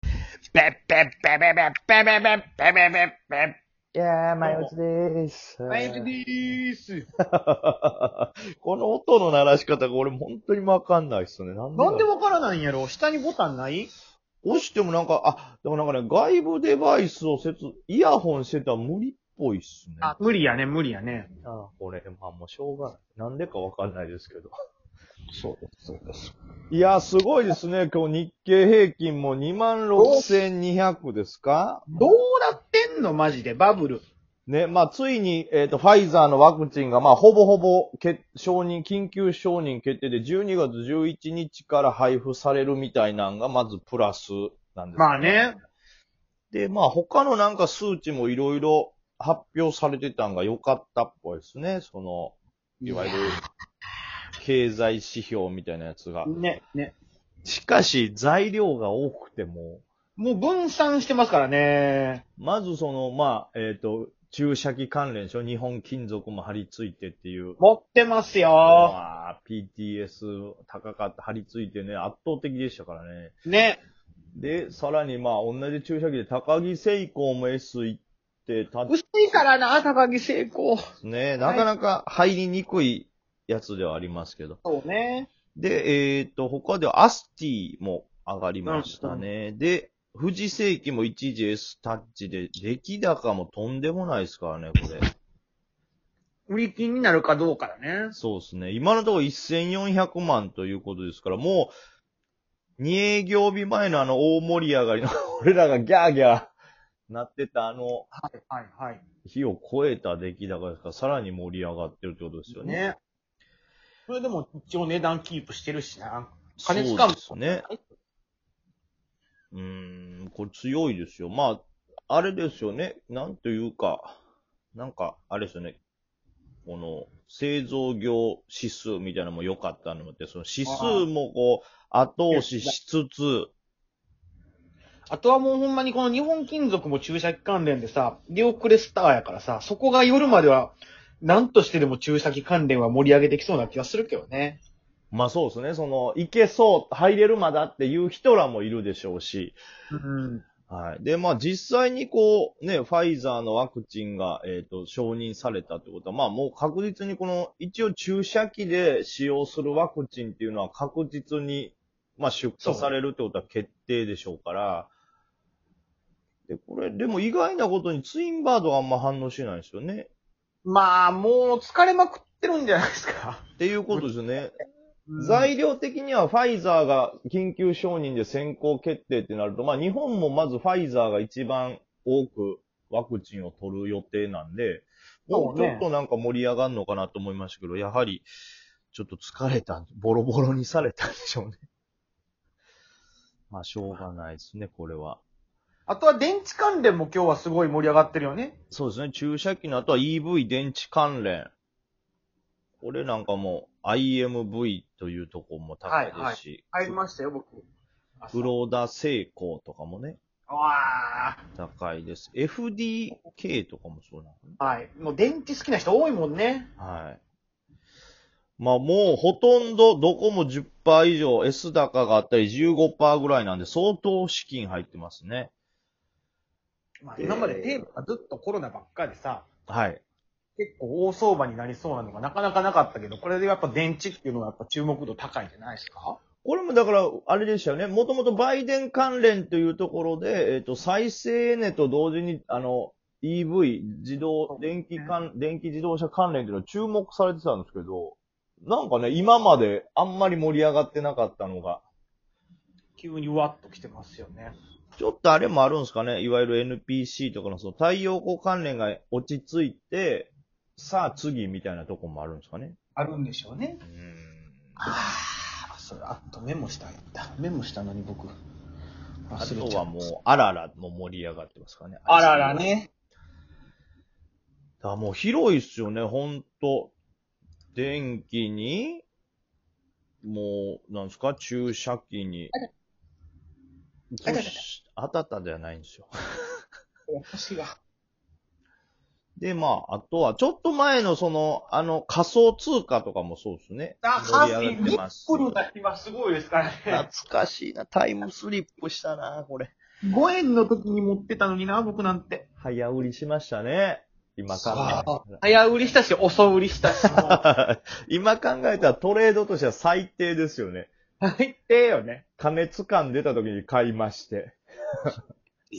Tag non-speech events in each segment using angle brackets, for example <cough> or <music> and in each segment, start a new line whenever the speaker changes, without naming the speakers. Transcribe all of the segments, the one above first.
ペッペッペペペペペペペペペペペ
いやー、前打ちでー <laughs> す。
マイルでーす。
この音の鳴らし方が俺本当にわかんないっすね。なんだろ
な
うん
でわからないんやろ下にボタンない
押してもなんか、あ、でもなんかね、外部デバイスを接、イヤホンしてたら無理っぽいっすね。
あ、無理やね、無理やね。
あ、これ、まあもうしょうがない。なんでかわかんないですけど。 <laughs> そうです、そうです。いや、すごいですね。今日日経平均も26,200ですか
どうなってんのマジで、バブル。
ね、まあついに、えっ、と、ファイザーのワクチンが、まあほぼほぼ決、承認、緊急承認決定で12月11日から配布されるみたいなんが、まずプラスなんです、
まあ。ね。
で、まあ他のなんか数値もいろいろ発表されてたんが良かったっぽいですね。その、いわゆる、経済指標みたいなやつが。
ね、ね。
しかし、材料が多くても、
もう分散してますからね。
まずその、まあ、えっ、と、注射器関連でしょ日本金属も張り付いてっていう。
持ってますよ。
まあ、PTS 高かった、張り付いてね、圧倒的でしたからね。
ね。
で、さらにまあ、同じ注射器で高木聖光も S 行って、た
薄いからな、高木成功。
ね、なかなか入りにくいやつではありますけど。
そうね。
で、えっ、と、他ではアスティも上がりましたね。で、富士世紀も一時 S タッチで、出来高もとんでもないですからね、これ。
売り金になるかどうかだね。
そうですね。今のところ1400万ということですから、もう、2営業日前のあの大盛り上がりの、 <laughs> 俺らがギャーギャーなってたあの、
はい、はい、はい。
日を超えた出来高ですから、さらに盛り上がってるってことですよね。
ね。それでも一応値段キープしてるしな。
そう
金
で
使う
すね。うーん、これ強いですよ。まあ、あれですよね。なんというか、なんか、あれですよね。この、製造業指数みたいなのも良かったのもあって、その指数もこう、後押ししつつ、
あとはもうほんまにこの日本金属も注射器関連でさ、ディオクレスターやからさ、そこが夜までは、何としてでも注射器関連は盛り上げてきそうな気がするけどね。
まあそうですね、その、いけそう、入れるまだっていう人らもいるでしょうし、
うん。
はい。で、まあ実際にこう、ね、ファイザーのワクチンが、えっ、と、承認されたってことは、まあもう確実にこの、一応注射器で使用するワクチンっていうのは確実に、まあ出荷されるってことは決定でしょうから、で、これ、でも意外なことにツインバードはあんま反応しないんですよね。
まあ、もう疲れまくってるんじゃないですか。
っていうことですよね。材料的にはファイザーが緊急承認で先行決定ってなると、まあ日本もまずファイザーが一番多くワクチンを取る予定なんで、も
そう
うち
ね
ょっとなんか盛り上がるのかなと思いましたけど、やはりちょっと疲れた、ボロボロにされたんでしょうね。 <laughs> まあしょうがないですね、これは。
あとは電池関連も今日はすごい盛り上がってるよね。
そうですね、注射器の後は EV 電池関連。これなんかも IMV というとこも高いですし、
入りましたよ、僕。
黒田成功とかもね、
わ
高いです。FDK とかもそうなのね。
あ。はい。もう電池好きな人多いもんね。
はい。まあもうほとんどどこも10%以上 S 高があったり15%ぐらいなんで相当資金入ってますね。
まあ、
えー
今までテーマがずっとコロナばっかりさ、
はい。
結構大相場になりそうなのがなかなかなかったけど、これでやっぱ電池っていうのはやっぱ注目度高いんじゃないですか
これもだから、あれでしたよね。もともとバイデン関連というところで、えっ、と、再生エネと同時に、あの、EV、自動、電気関、電気自動車関連というのは注目されてたんですけど、なんかね、今まであんまり盛り上がってなかったのが、
急にうわっと来てますよね。
ちょっとあれもあるんですかねいわゆる NPC とかのその太陽光関連が落ち着いて、さあ次みたいなとこもあるんですかね
あるんでしょうね
う。ん。
あ、それ、あとメモしたんやった。メモしたのに僕、
あ
忘れ
と
ちゃ
は
う。
もう、あららも盛り上がってますからね。
あらら。ね。
だからもう広いっすよね、ほんと。電気に、もう、なんですか、注射器に。
あたたた
そしあたたではないんですよ。
私が。
で、まあ、あとは、ちょっと前のその、あの、仮想通貨とかもそうですね。盛り上がってます。
今すごいですからね。
懐かしいな。タイムスリップしたな、これ。
5円の時に持ってたのにな、僕なんて。
早売りしましたね。今考えた
早売りしたし、遅売りしたし、もう。
ら。 <laughs> 今考えたらトレードとしては最低ですよね。
最低よね。
金掴んでた時に買いまして、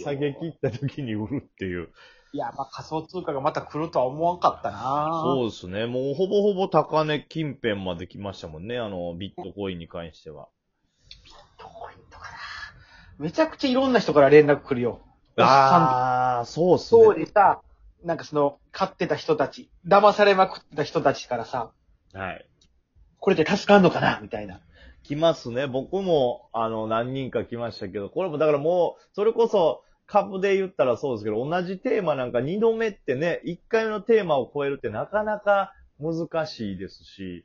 下げ切った時に売るっていう。
いや、まあ仮想通貨がまた来るとは思わんかったな
そうですね。もうほぼほぼ高値近辺まで来ましたもんね。あの、ビットコインに関しては。
どこ行ったかなめちゃくちゃいろんな人から連絡来るよ。
ああ、そうっす
そう
ね。
でさ、なんかその、買ってた人たち、騙されまくってた人たちからさ、
はい。
これで助かんのかなみたいな。
来ますね。僕も、あの、何人か来ましたけど、これもだからもう、それこそ、株で言ったらそうですけど、同じテーマなんか2度目ってね、1回目のテーマを超えるってなかなか難しいですし。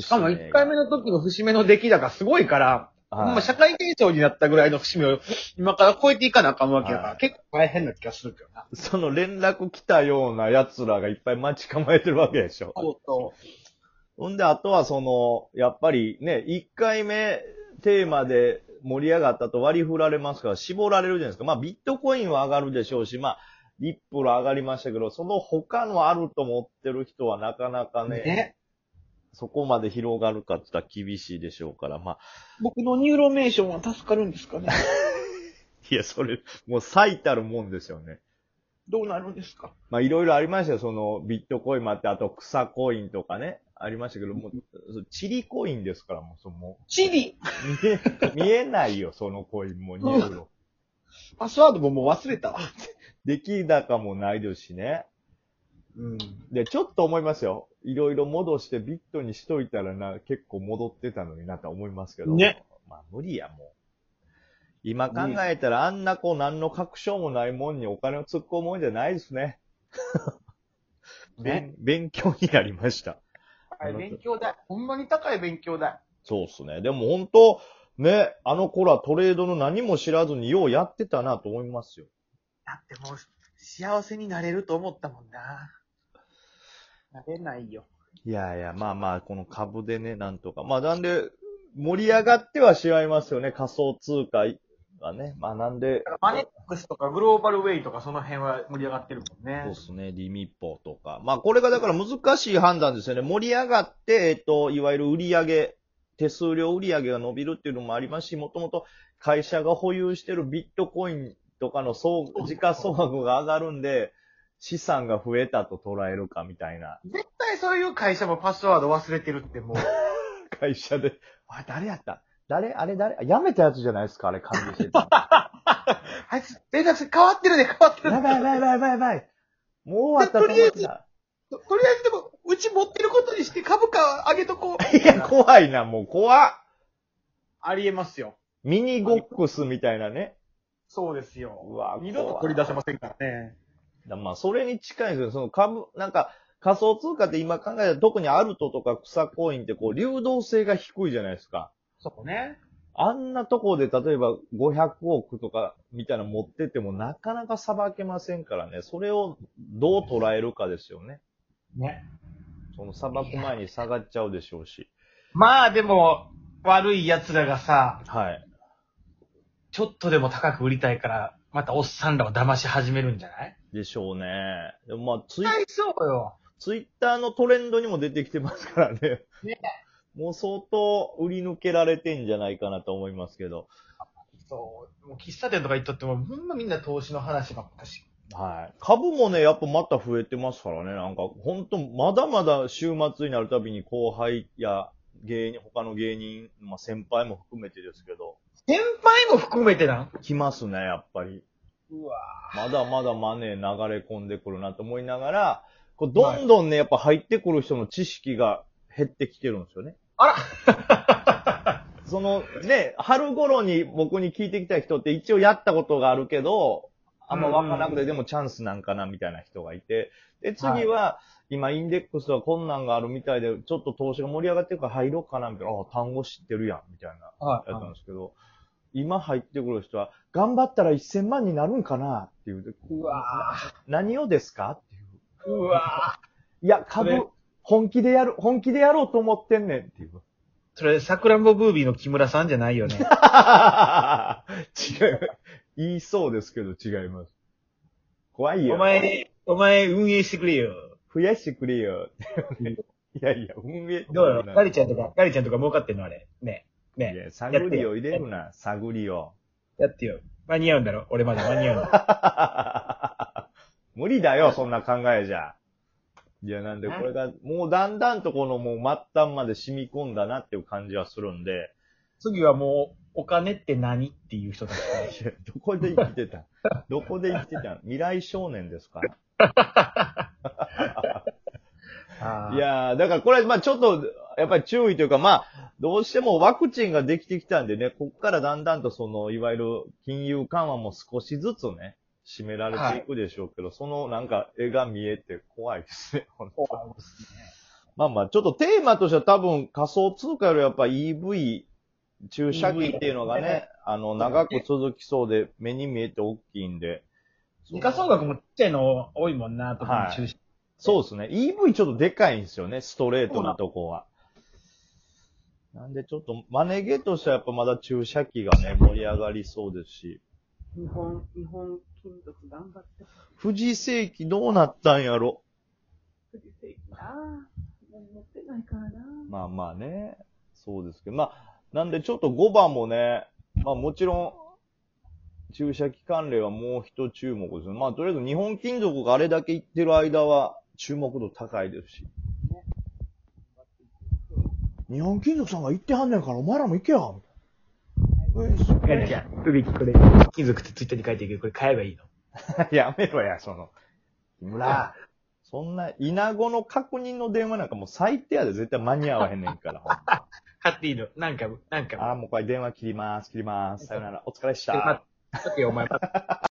しかも1回目の時の節目の出来高すごいから、
はい
もう社会現象になったぐらいの節目を今から超えていかなあかんわけやから、
はい
結構大変な気がするけどな。
その連絡来たような奴らがいっぱい待ち構えてるわけでしょ。
そうそう。
ほんで、あとはその、やっぱりね、1回目テーマで盛り上がったと割り振られますから、絞られるじゃないですか。まあ、ビットコインは上がるでしょうし、まあ、リップル上がりましたけど、その他のあると思ってる人はなかなかね、
ね。
そこまで広がるかって言ったら厳しいでしょうから、まあ、
僕のニューロメーションは助かるんですかね
いや、それ、もう最たるもんですよね。
どうなるんですか
まあ、いろいろありましたよ。その、ビットコインもあって、あと草コインとかね、ありましたけど、もう、チリコインですから、もう、そのも
チリ
う見え、見えないよ、そのコインも、ニューロ。
パスワードももう忘れたわ。
出来高もないですしね。
うん。
で、ちょっと思いますよ。いろいろ戻してビットにしといたらな、結構戻ってたのになとは思いますけど。
ね。
まあ無理や、もう。今考えたら、あんなこう何の確証もないもんにお金を突っ込むもんじゃないですね。
ね。
勉勉強になりました。
高い勉強代。ほんまに高い勉強代。
そうっすね。でも本当、ね、あの頃はトレードの何も知らずにようやってたなと思いますよ。
だってもう、幸せになれると思ったもんな。なれないよ。
いやいや、まあまあ、この株でね、なんとか。まあなんで、盛り上がってはしまいますよね、仮想通貨はね。まあなんで、
マネックスとかグローバルウェイとかその辺は盛り上がってるもん
そう
ね
で。すね、リミッポーとか。まあこれがだから難しい判断ですよね。盛り上がって、えっと、いわゆる売り上げ、手数料売り上げが伸びるっていうのもありますし、もともと会社が保有してるビットコインとかの総、時価総額が上がるんで、資産が増えたと捉えるかみたいな。
絶対そういう会社もパスワード忘れてるってもう。
会社で。あ、誰やった誰あれ誰あやめたやつじゃないですかあれ管理し
<laughs>
てた。
<laughs> あいつ、連絡先変わってるで変わってる
や
で。
ばいやばいやばいやばいやばい。もう終わった
とりあえず
思って
ととりあえずでも、うち持ってることにして株価上げとこう。
たいや、怖いな、もう怖っ。
ありえますよ。
ミニゴックスみたいなね。
そうですよ。
うわ
二度と取り出せませんからね。
だまあ、それに近いんですよ。その株、なんか、仮想通貨って今考えたら、特にアルトとか草コインってこう、流動性が低いじゃないですか。
そこね。
あんなとこで、例えば500億とかみたいなの持ってっても、なかなかさばけませんからね。それをどう捉えるかですよね。
ね。
そのさばく前に下がっちゃうでしょうし。
まあでも、悪い奴らがさ、
はい。
ちょっとでも高く売りたいから、またおっさんらを騙し始めるんじゃない
でしょうね。でもまあ、ツイッ
いそうよ。
ツイッターのトレンドにも出てきてますからね。
ね
もう相当売り抜けられてんじゃないかなと思いますけど。
そう。もう喫茶店とか行っとっても、ほんまみんな投資の話ばっかし。
はい。株もね、やっぱまた増えてますからね。なんか、ほんと、まだまだ週末になるたびに後輩や芸人、他の芸人、まあ先輩も含めてですけど、
先輩も含めてなん
来ますね、やっぱり。
うわ
まだまだマネー流れ込んでくるなと思いながら、こうどんどんね、やっぱ入ってくる人の知識が減ってきてるんですよね。
あら
<laughs> そのね、春頃に僕に聞いてきた人って一応やったことがあるけど、あんまわからなくて、でもチャンスなんかなみたいな人がいて、で、次は、今インデックスは困難があるみたいで、ちょっと投資が盛り上がってるから入ろうかなみたいな、あ、単語知ってるやん、みたいな。
は
やったんですけど、今入ってくる人は、頑張ったら1000万になるんかなっていう。
うわぁ。
何をですかっていう。
うわぁ。
いや、
それ
株、本気でやる、本気でやろうと思ってんねん
<laughs>
っていう。
それ、桜んぼブービーの木村さんじゃないよね。
違う。言いそうですけど違います。怖いよ。
お前、お前運営してくれよ。
増やしてく
<laughs>
れよ。いやいや、運営。
どうよガリちゃんとか、ガリちゃんとか儲かってんのあれ。ね。
い
ね。
や、探りを入れるな、探りを。
やってよ。間に合うんだろ俺まだ間に合うんだ。 <laughs>
<laughs> 無理だよ、そんな考えじゃ。いや、なんで、これが、もうだんだんとこのもう末端まで染み込んだなっていう感じはするんで、 <laughs>
次はもう、お金って何っていう人たちが。
いやどこで生きて <laughs> たどこで生きてた未来少年ですかいやー、だからこれ、まあちょっと、やっぱり注意というか、まあどうしてもワクチンができてきたんでね、こっからだんだんとその、いわゆる金融緩和も少しずつね、締められていくでしょうけど、そのなんか絵が見えて怖いですね、本当
怖いですね
まあまあ、ちょっとテーマとしては多分仮想通貨よりやっぱ EV、注射器っていうのがね、あの、長く続きそうで、目に見えて大きいんで。
二課総額もちっちゃいの多いもんな、とか
はい
中心。
そうですね。EV ちょっとでかいんですよね、ストレートなとこは。なんでちょっと、マネゲとしてはやっぱまだ注射器がね、盛り上がりそうですし。
日本、日本金属頑張って
富士世紀どうなったんやろ
くれていいなぁ。もう持ってないからな
まあまあね。そうですけど。まあ、なんでちょっと5番もね、まあもちろん、注射器関連はもう一注目ですね。まあとりあえず日本金属があれだけいってる間は注目度高いですし。 <laughs> 日本金属さんが行ってはんねんからお前らも行けやみたいな。
ガリちゃん、うびきこれ、金属ってツイッターに書いてるけど、これ買えばいいの。
やめろや、その。木村。そんな、稲子の確認の電話なんかもう最低やで絶対間に合わへんねんから。ほんま
買っていいの。なんか、なんか、
ああ、もうこれ電話切ります、切ります。さよなら、お疲れっし
待
た。
ってよ、お前。待って